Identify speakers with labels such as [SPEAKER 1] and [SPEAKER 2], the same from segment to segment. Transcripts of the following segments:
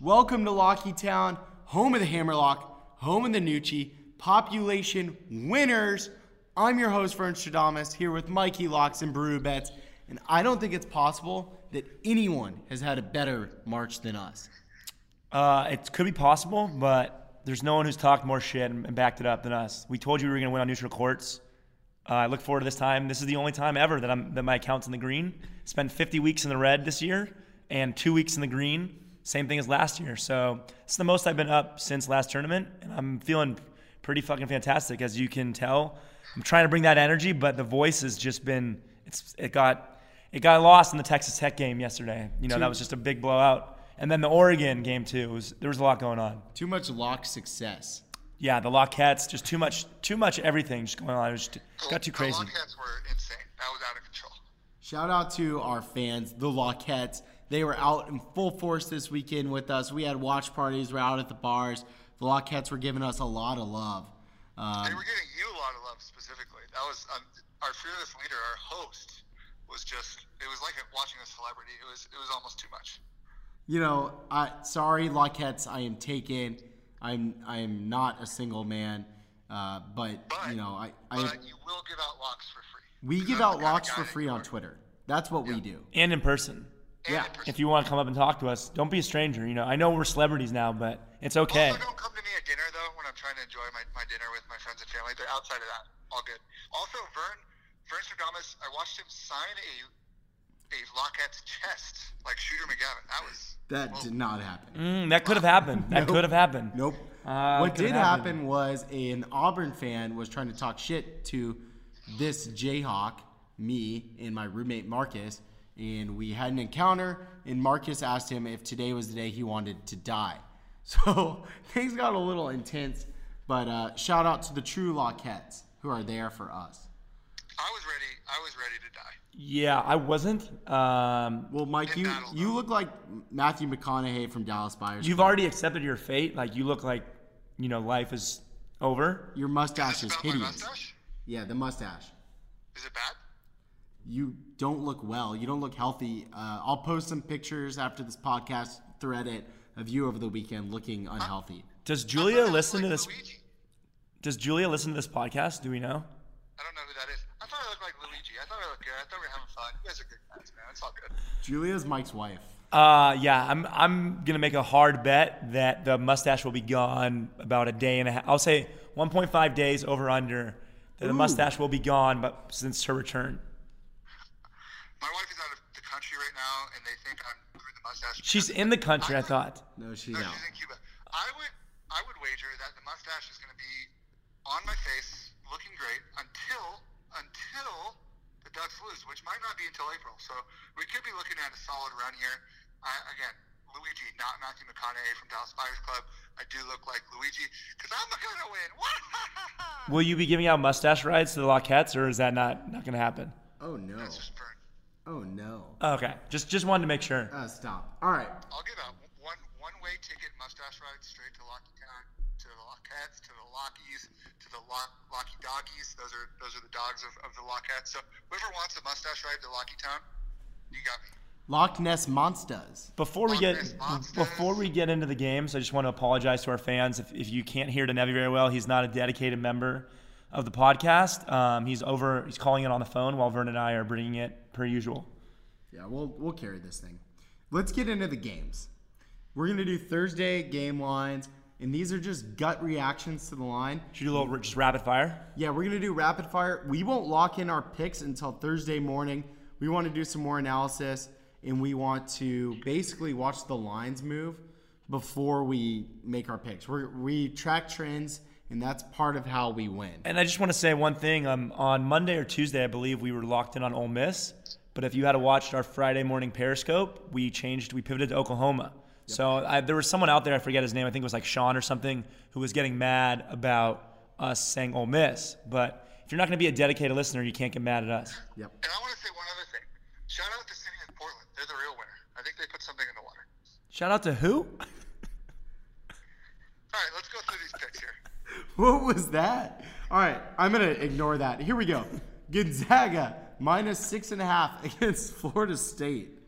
[SPEAKER 1] Welcome to Lockheed Town, home of the Hammerlock, home of the Nucci, population winners. I'm your host, Vern Stradamus, here with Mikey Locks and Brew Bets, and I don't think it's possible that anyone has had a better March than us.
[SPEAKER 2] Uh, it could be possible, but there's no one who's talked more shit and and backed it up than us. We told you we were going to win on neutral courts. Uh, I look forward to this time. This is the only time ever that I'm that my account's in the green. Spent 50 weeks in the red this year and two weeks in the green. Same thing as last year. So it's the most I've been up since last tournament, and I'm feeling pretty fucking fantastic, as you can tell. I'm trying to bring that energy, but the voice has just been it's it got it got lost in the Texas Tech game yesterday. You know that was just a big blowout, and then the Oregon game too. It was there was a lot going on.
[SPEAKER 1] Too much lock success.
[SPEAKER 2] Yeah, the Lockettes, just too much, too much everything just going on. It was just, got too crazy.
[SPEAKER 3] The Lockettes were insane. That was out of control.
[SPEAKER 1] Shout out to our fans, the Lockettes. They were out in full force this weekend with us. We had watch parties, we're out at the bars. The Lockettes were giving us a lot of love.
[SPEAKER 3] They
[SPEAKER 1] Um,
[SPEAKER 3] were getting you a lot of love specifically. That was um, our fearless leader, our host, was just. It was like watching a celebrity. It was. It was almost too much.
[SPEAKER 1] you know, I, sorry, Lockettes, I am taken. I'm I am not a single man, uh, but,
[SPEAKER 3] But-
[SPEAKER 1] you know, I, I
[SPEAKER 3] But you will give out locks for free.
[SPEAKER 1] we
[SPEAKER 3] Because
[SPEAKER 1] give
[SPEAKER 3] I'm
[SPEAKER 1] out
[SPEAKER 3] the kind of
[SPEAKER 1] locks
[SPEAKER 3] guy
[SPEAKER 1] for
[SPEAKER 3] that
[SPEAKER 1] free
[SPEAKER 3] you
[SPEAKER 1] on
[SPEAKER 3] are.
[SPEAKER 1] Twitter. That's what we do.
[SPEAKER 2] And in person,
[SPEAKER 3] And
[SPEAKER 1] Yeah.
[SPEAKER 3] in person.
[SPEAKER 2] if you want to come up and talk to us, don't be a stranger. You know, I know we're celebrities now, but it's okay.
[SPEAKER 3] Also, don't come to me at dinner though when I'm trying to enjoy my, my dinner with my friends and family. They're outside of that. All good. Also, Vern, Vern Stradamus, I watched him sign a a Lockette's chest like Shooter McGavin. That was
[SPEAKER 1] That did not happen.
[SPEAKER 2] Mm, that could have happened. That
[SPEAKER 1] Nope.
[SPEAKER 2] could have happened.
[SPEAKER 1] Nope.
[SPEAKER 2] Uh,
[SPEAKER 1] what
[SPEAKER 2] could
[SPEAKER 1] did
[SPEAKER 2] have
[SPEAKER 1] happen. was an Auburn fan was trying to talk shit to this Jayhawk, me and my roommate Marcus, and we had an encounter. And Marcus asked him if today was the day he wanted to die. So things got a little intense. But uh, shout out to the true Lockettes who are there for us.
[SPEAKER 3] I was ready. I was ready to die.
[SPEAKER 2] Yeah, I wasn't. Um,
[SPEAKER 1] Well, Mike, you
[SPEAKER 3] That'll
[SPEAKER 1] you look like Matthew McConaughey from Dallas Buyers.
[SPEAKER 2] you've already accepted your fate. Like you look like, you know, life is over.
[SPEAKER 1] Your mustache is
[SPEAKER 3] Is it about my
[SPEAKER 1] hideous.
[SPEAKER 3] mustache?
[SPEAKER 1] Yeah, the mustache.
[SPEAKER 3] Is it bad?
[SPEAKER 1] you don't look well. You don't look healthy. Uh, I'll post some pictures after this podcast thread it of you over the weekend looking unhealthy.
[SPEAKER 2] Does Julia
[SPEAKER 3] I thought that was
[SPEAKER 2] listen to
[SPEAKER 3] like
[SPEAKER 2] this?
[SPEAKER 3] Luigi.
[SPEAKER 2] Does Julia listen to this podcast? Do we know?
[SPEAKER 3] I don't know who that is. I thought I looked like Luigi. I thought I looked good. I thought we were having fun. You guys are good guys, man. It's all good.
[SPEAKER 1] Julia's Mike's wife.
[SPEAKER 2] Uh, yeah, I'm I'm gonna make a hard bet that the mustache will be gone about a day and a half. I'll say 1.5 days over under. That the mustache will be gone, but since her return,
[SPEAKER 3] My wife is out of the country right now, and they think I'm through the mustache.
[SPEAKER 2] she's in the country. I thought.
[SPEAKER 1] No, she's
[SPEAKER 3] No,
[SPEAKER 1] out.
[SPEAKER 3] she's in Cuba. I would, I would wager that the mustache is going to be on my face, looking great until until the Ducks lose, which might not be until April. So we could be looking at a solid run here. I, again, Luigi, not Matthew McConaughey from Dallas Buyers Club. I do look like Luigi because I'm going to win.
[SPEAKER 2] Will you be giving out mustache rides to the Lockettes, or is that not not gonna happen?
[SPEAKER 1] Oh no.
[SPEAKER 3] That's just burn.
[SPEAKER 1] Oh no.
[SPEAKER 2] Okay, just just wanted to make sure.
[SPEAKER 1] Uh, stop. All right.
[SPEAKER 3] I'll give out one one way ticket mustache ride straight to Lockheed Town, to the Lockettes, to the Lockies, to the Lock, Locky Doggies. Those are those are the dogs of, of the Lockettes. So whoever wants a mustache ride to Lockheed Town, you got me.
[SPEAKER 1] Loch Ness monsters.
[SPEAKER 2] Before we get
[SPEAKER 3] Monsters, monsters.
[SPEAKER 2] before we get into the games, I just want to apologize to our fans. If, if you can't hear Denevi very well, he's not a dedicated member of the podcast. Um, he's over. He's calling it on the phone while Vern and I are bringing it per usual.
[SPEAKER 1] Yeah, we'll we'll carry this thing. Let's get into the games. We're gonna do Thursday game lines, and these are just gut reactions to the line.
[SPEAKER 2] Should we do a little just rapid fire.
[SPEAKER 1] Yeah, we're gonna do rapid fire. We won't lock in our picks until Thursday morning. We want to do some more analysis, and we want to basically watch the lines move before we make our picks. We're, we track trends, and that's part of how we win.
[SPEAKER 2] And I just want to say one thing. Um, on Monday or Tuesday, I believe we were locked in on Ole Miss. But if you had watched our Friday morning Periscope, we changed, we pivoted to Oklahoma. So I, there was someone out there, I forget his name, I think it was like Sean or something, who was getting mad about us saying Ole Miss. But if you're not going to be a dedicated listener, you can't get mad at us.
[SPEAKER 1] Yep.
[SPEAKER 3] And I want to say one other thing. Shout out to the city of Portland. They're the real winner. I think they put something in the water.
[SPEAKER 2] Shout out to who?
[SPEAKER 3] All right, let's go through these picks here.
[SPEAKER 1] What was that? All right, I'm gonna ignore that. Here we go. Gonzaga minus six and a half against Florida State.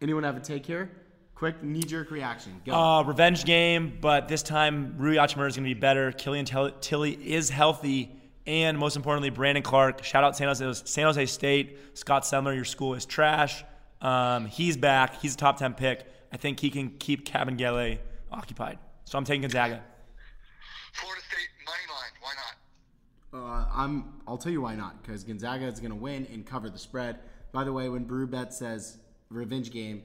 [SPEAKER 1] Anyone have a take here? Quick knee jerk reaction. Go.
[SPEAKER 2] Uh, revenge game, but this time Rui Achimura is going to be better. Killian Tel- Tilly is healthy. And most importantly, Brandon Clark. Shout out San Jose, San Jose State. Scott Semler, your school is trash. Um, he's back. He's a top 10 pick. I think he can keep Cabin Gale occupied. So I'm taking Gonzaga.
[SPEAKER 3] Florida State money line. Why not?
[SPEAKER 1] Uh, I'm. I'll tell you why not. Because Gonzaga is going to win and cover the spread. By the way, when Brew Bet says revenge game,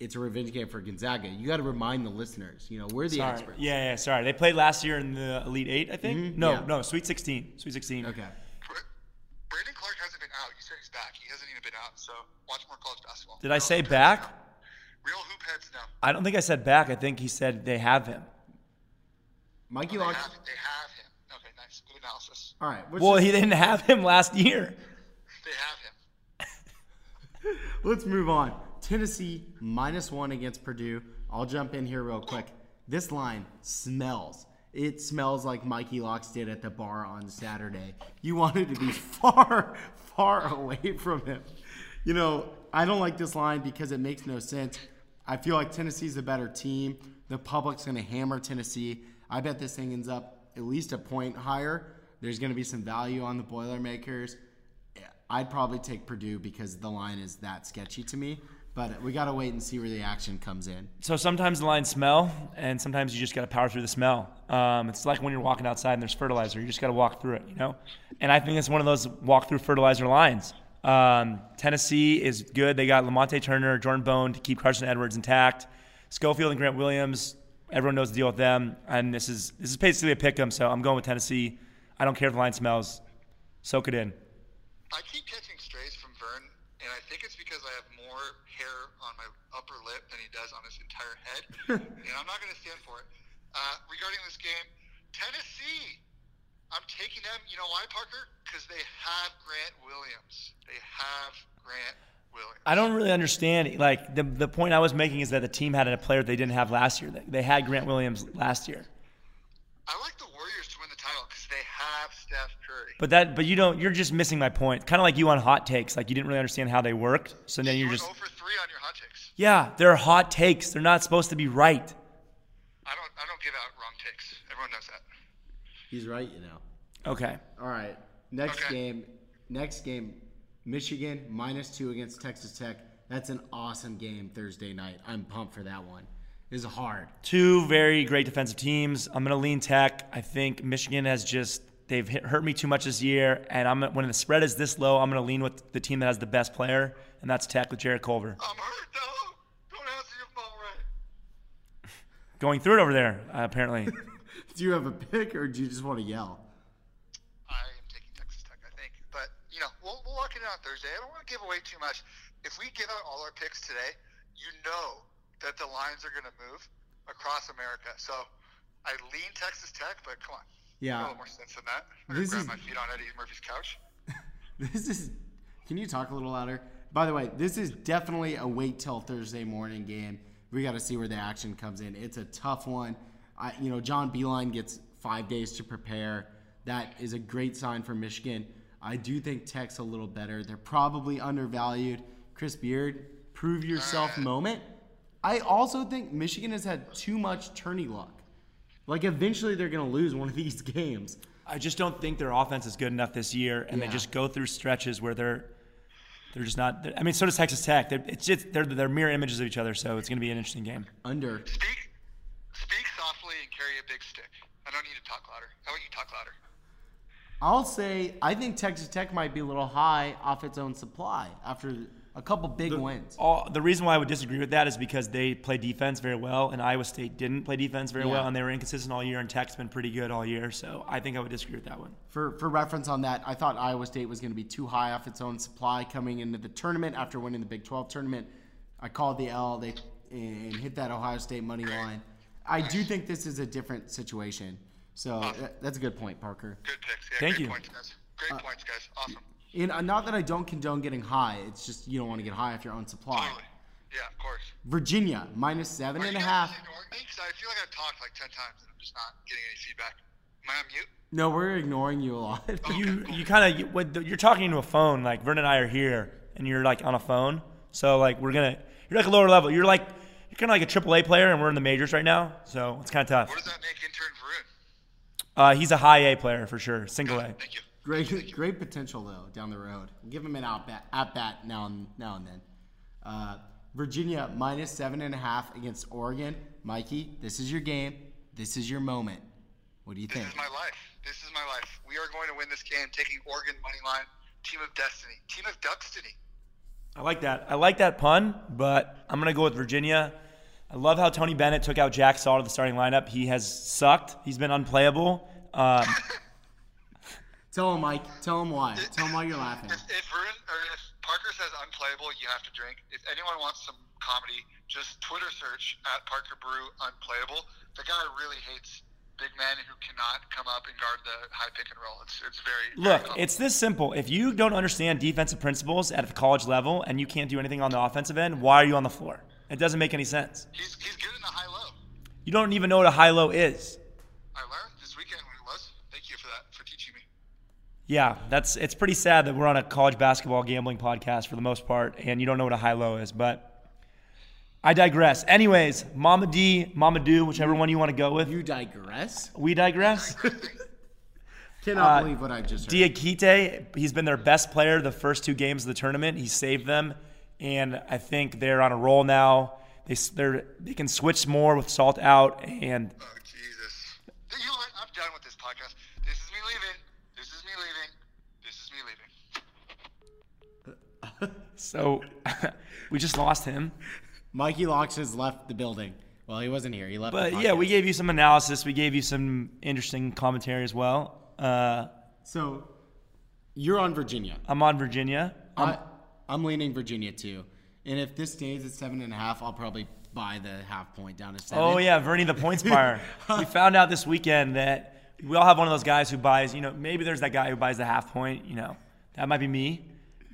[SPEAKER 1] it's a revenge game for Gonzaga. You got to remind the listeners. You know we're the
[SPEAKER 2] Sorry.
[SPEAKER 1] experts.
[SPEAKER 2] Yeah, yeah, sorry. They played last year in the Elite Eight, I think.
[SPEAKER 1] Mhm,
[SPEAKER 2] No,
[SPEAKER 1] yeah.
[SPEAKER 2] no, Sweet 16. Sweet 16.
[SPEAKER 1] Okay.
[SPEAKER 3] Br- Brandon Clark hasn't been out. You said he's back. He hasn't even been out. So watch more college basketball.
[SPEAKER 2] Did I
[SPEAKER 3] Real
[SPEAKER 2] say
[SPEAKER 3] hoop heads
[SPEAKER 2] back?
[SPEAKER 3] now. Real hoop heads now.
[SPEAKER 2] I don't think I said back. I think he said they have him.
[SPEAKER 1] Mikey
[SPEAKER 3] They
[SPEAKER 1] Locks.
[SPEAKER 3] have, they have him. Okay, nice. Good analysis.
[SPEAKER 1] All right. Let's,
[SPEAKER 2] Well,
[SPEAKER 1] just-
[SPEAKER 2] he didn't have him last year.
[SPEAKER 3] They have him.
[SPEAKER 1] let's move on. Tennessee minus one against Purdue. I'll jump in here real quick. This line smells. It smells like Mikey Locks did at the bar on Saturday. You wanted to be far, far away from him. You know, I don't like this line because it makes no sense. I feel like Tennessee's a better team. The public's going to hammer Tennessee. I bet this thing ends up at least a point higher. There's going to be some value on the Boilermakers. I'd probably take Purdue because the line is that sketchy to me. But we gotta wait and see where the action comes in.
[SPEAKER 2] So sometimes the lines smell, and sometimes you just got to power through the smell. Um, it's like when you're walking outside and there's fertilizer. You just got to walk through it, you know? And I think it's one of those walk through fertilizer lines. Um, Tennessee is good. They got Lamonte Turner, Jordan Bone to keep Carson Edwards intact. Schofield and Grant Williams, everyone knows the deal with them. And this is this is basically a pick 'em, so I'm going with Tennessee. I don't care if the line smells. Soak it in.
[SPEAKER 3] I keep catching strays from Vern, and I think it's because I have more hair on my upper lip than he does on his entire head, and I'm not going to stand for it. Uh, regarding this game, Tennessee, I'm taking them. You know why, Parker? Because they have Grant Williams. They have Grant Williams.
[SPEAKER 2] I don't really understand. Like the the point I was making is that the team had a player they didn't have last year. They- They had Grant Williams last year,
[SPEAKER 3] I like the Warriors to win the title because they have Steph Curry.
[SPEAKER 2] but that but you don't. You're just missing my point. Kind of like you on hot takes. Like you didn't really understand how they worked. So then you're
[SPEAKER 3] You're
[SPEAKER 2] just
[SPEAKER 3] 0 for 3 on your hot takes.
[SPEAKER 2] yeah, they're hot takes. They're not supposed to be right.
[SPEAKER 3] I don't, I don't give out wrong takes. Everyone knows that.
[SPEAKER 1] He's right, you know.
[SPEAKER 2] Okay.
[SPEAKER 1] All right. Next
[SPEAKER 3] Okay.
[SPEAKER 1] game. Next game. Michigan minus two against Texas Tech. That's an awesome game Thursday night. I'm pumped for that one. This is hard.
[SPEAKER 2] Two very great defensive teams. I'm going to lean Tech. I think Michigan has just they've hit, hurt me too much this year, and I'm when the spread is this low, I'm going to lean with the team that has the best player, and that's Tech with Jared Culver.
[SPEAKER 3] I'm hurt, though. Don't answer your phone right.
[SPEAKER 2] Going through it over there, uh, apparently.
[SPEAKER 1] Do you have a pick or do you just want to yell?
[SPEAKER 3] I am taking Texas Tech, I think. But you know, we'll, we'll lock it in on Thursday. I don't want to give away too much. If we give out all our picks today, you know that the lines are going to move across America. So I lean Texas Tech, but come on, a
[SPEAKER 1] Yeah.
[SPEAKER 3] little more sense than that. I'm gonna
[SPEAKER 1] This
[SPEAKER 3] grab
[SPEAKER 1] is-
[SPEAKER 3] my feet on Eddie Murphy's couch.
[SPEAKER 1] This is. Can you talk a little louder? By the way, this is definitely a wait till Thursday morning game. We got to see where the action comes in. It's a tough one. I, you know, John Beeline gets five days to prepare. That is a great sign for Michigan. I do think Tech's a little better. They're probably undervalued. Chris Beard, prove yourself moment. I also think Michigan has had too much tourney luck. Like eventually they're going to lose one of these games.
[SPEAKER 2] I just don't think their offense is good enough this year, and
[SPEAKER 1] Yeah.
[SPEAKER 2] they just go through stretches where they're they're just not. I mean, so does Texas Tech. They're, it's just they're they're mirror images of each other, so it's going to be an interesting game.
[SPEAKER 1] Under
[SPEAKER 3] Speak, speak softly and carry a big stick. I don't need to talk louder. How about you talk louder?
[SPEAKER 1] I'll say I think Texas Tech might be a little high off its own supply after a couple big wins.
[SPEAKER 2] All, the reason why I would disagree with that is because they play defense very well, and Iowa State didn't play defense very
[SPEAKER 1] Yeah.
[SPEAKER 2] well, and they were inconsistent all year. And Tech's been pretty good all year, so I think I would disagree with that one.
[SPEAKER 1] For for reference on that, I thought Iowa State was going to be too high off its own supply coming into the tournament after winning the Big 12 tournament. I called the L, they and hit that Ohio State money line. I do think this is a different situation. So that- that's a good point, Parker.
[SPEAKER 3] Good picks. Yeah,
[SPEAKER 2] Thank
[SPEAKER 3] great
[SPEAKER 2] you.
[SPEAKER 3] points, guys. Great
[SPEAKER 1] Uh,
[SPEAKER 3] points, guys. Awesome.
[SPEAKER 1] And uh, not that I don't condone getting high, it's just you don't want to get high off your own supply.
[SPEAKER 3] Totally. Yeah, of course.
[SPEAKER 1] Virginia minus seven and a
[SPEAKER 3] Are you
[SPEAKER 1] half.
[SPEAKER 3] guys ignoring me? 'Cause I feel like I've talked like 10 times and I'm just not getting any feedback. Am I on mute?
[SPEAKER 1] No, we're ignoring you a lot.
[SPEAKER 2] You you kind of you, you're talking into a phone. Like Vern and I are here, and you're like on a phone. So like we're gonna you're like a lower level. You're like kind of like a triple A player, and we're in the majors right now, so it's kind of
[SPEAKER 3] What
[SPEAKER 2] tough.
[SPEAKER 3] does that make intern Varun?
[SPEAKER 2] Uh, he's a high A player for sure, single A.
[SPEAKER 3] Thank you.
[SPEAKER 1] Great, great potential though down the road. Give him an out bat, at bat now and now and then. Uh, Virginia minus seven and a half against Oregon. Mikey, this is your game. This is your moment. What do you
[SPEAKER 3] This
[SPEAKER 1] think?
[SPEAKER 3] is my life. This is my life. We are going to win this game, taking Oregon money line. Team of destiny. Team of destiny.
[SPEAKER 2] I like that. I like that pun, but I'm gonna go with Virginia. I love how Tony Bennett took out Jack Saul to the starting lineup. He has sucked. He's been unplayable. Um,
[SPEAKER 1] Tell him, Mike. Tell him why. Tell him why you're laughing.
[SPEAKER 3] If, if Varun or if Parker says unplayable, you have to drink. If anyone wants some comedy, just Twitter search at Parker Brew unplayable. The guy really hates big men who cannot come up and guard the high pick and roll. It's it's very very
[SPEAKER 2] look,
[SPEAKER 3] common.
[SPEAKER 2] it's this simple. If you don't understand defensive principles at the college level and you can't do anything on the offensive end, why are you on the floor? It doesn't make any sense.
[SPEAKER 3] he's he's good in the high low.
[SPEAKER 2] You don't even know what a high low is.
[SPEAKER 3] I learned this weekend what it was. Thank you for that for teaching me.
[SPEAKER 2] Yeah, that's it's pretty sad that we're on a college basketball gambling podcast for the most part, and you don't know what a high low is, but I digress. Anyways, Mama D, Mama Do, whichever one you want to go with.
[SPEAKER 1] You digress.
[SPEAKER 2] We digress. Uh,
[SPEAKER 1] Cannot believe what I just heard.
[SPEAKER 2] Diakite, he's been their best player the first two games of the tournament. He saved them, and I think they're on a roll now. They s- they're, they can switch more with Salt out, and
[SPEAKER 3] Oh Jesus! You know what? I'm done with this podcast. This is me leaving. This is me leaving. This is me leaving.
[SPEAKER 2] so we just lost him.
[SPEAKER 1] Mikey Locks has left the building. Well, he wasn't here. He left. the
[SPEAKER 2] But yeah,
[SPEAKER 1] podcast.
[SPEAKER 2] we gave you some analysis. We gave you some interesting commentary as well. Uh,
[SPEAKER 1] So you're on Virginia.
[SPEAKER 2] I'm on Virginia.
[SPEAKER 1] I'm, I'm leaning Virginia too. And if this stays at seven and a half, I'll probably buy the half point down to seven.
[SPEAKER 2] Oh yeah, Vernie the points buyer. we found out this weekend that we all have one of those guys who buys. You know, maybe there's that guy who buys the half point. You know, that might be me.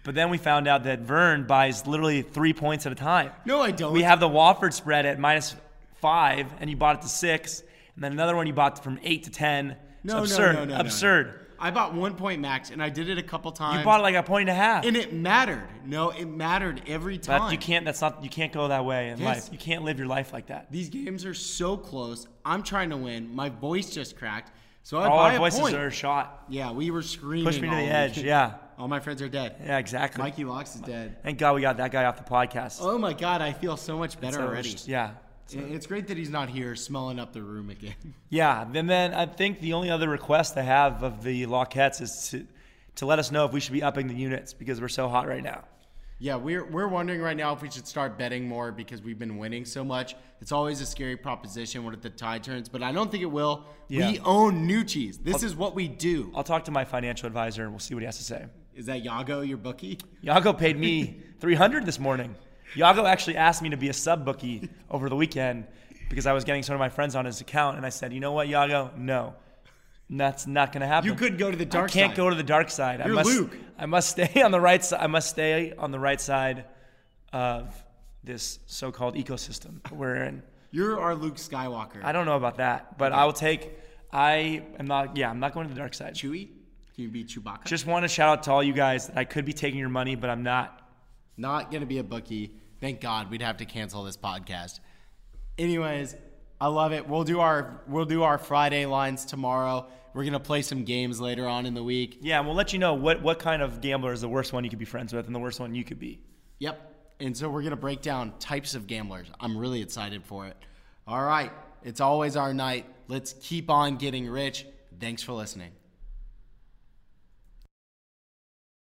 [SPEAKER 2] But then we found out that Vern buys literally three points at a time.
[SPEAKER 1] No, I don't.
[SPEAKER 2] We have the Wofford spread at minus five, and you bought it to six, and then another one you bought from eight to ten. It's
[SPEAKER 1] No, no,
[SPEAKER 2] absurd,
[SPEAKER 1] no, no, no.
[SPEAKER 2] absurd.
[SPEAKER 1] I bought one point max, and I did it a couple times.
[SPEAKER 2] You bought it like a point and a half.
[SPEAKER 1] and it mattered. No, it mattered every time.
[SPEAKER 2] But you can't. That's not. You can't go that way in
[SPEAKER 1] Yes.
[SPEAKER 2] life. You can't live your life like that.
[SPEAKER 1] These games are so close. I'm trying to win. My voice just cracked, so I
[SPEAKER 2] All
[SPEAKER 1] buy
[SPEAKER 2] our voices
[SPEAKER 1] a point.
[SPEAKER 2] are shot.
[SPEAKER 1] Yeah, we were screaming.
[SPEAKER 2] Push me to
[SPEAKER 1] all
[SPEAKER 2] the
[SPEAKER 1] week.
[SPEAKER 2] edge. Yeah.
[SPEAKER 1] All my friends are dead.
[SPEAKER 2] Yeah. Exactly.
[SPEAKER 1] Mikey Locks is dead.
[SPEAKER 2] Thank God we got that guy off the podcast.
[SPEAKER 1] Oh my God, I feel so much better
[SPEAKER 2] So it's
[SPEAKER 1] already.
[SPEAKER 2] just- yeah.
[SPEAKER 1] It- It's great that he's not here, smelling up the room again.
[SPEAKER 2] Yeah. And then I think the only other request I have of the Lockettes is to, to let us know if we should be upping the units because we're so hot right now.
[SPEAKER 1] Yeah, we're we're wondering right now if we should start betting more because we've been winning so much. It's always a scary proposition when the tide turns, but I don't think it will.
[SPEAKER 2] Yeah.
[SPEAKER 1] We own new cheese. This is what we do.
[SPEAKER 2] I'll talk to my financial advisor and we'll see what he has to say.
[SPEAKER 1] Is that Yago your bookie?
[SPEAKER 2] Yago paid me 300 this morning. Yago actually asked me to be a sub bookie over the weekend because I was getting some of my friends on his account and I said, "You know what, Yago? No. That's not going to happen."
[SPEAKER 1] You could go to the dark
[SPEAKER 2] I can't
[SPEAKER 1] side.
[SPEAKER 2] go to the dark side. I
[SPEAKER 1] You're
[SPEAKER 2] must,
[SPEAKER 1] Luke.
[SPEAKER 2] I must stay on the right side. I must stay on the right side of this so-called ecosystem we're in.
[SPEAKER 1] You're our Luke Skywalker.
[SPEAKER 2] I don't know about that, but I will take. I am not. Yeah, I'm not going to the dark side.
[SPEAKER 1] Chewy? Can you be Chewbacca?
[SPEAKER 2] Just want to shout out to all you guys that I could be taking your money, but I'm not.
[SPEAKER 1] Not gonna be a bookie. Thank God we'd have to cancel this podcast. Anyways, I love it. We'll do our we'll do our Friday lines tomorrow. We're gonna play some games later on in the week.
[SPEAKER 2] Yeah, and we'll let you know what what kind of gambler is the worst one you could be friends with, and the worst one you could be.
[SPEAKER 1] Yep. And so we're going to break down types of gamblers. I'm really excited for it. All right. It's always our night. Let's keep on getting rich. Thanks for listening.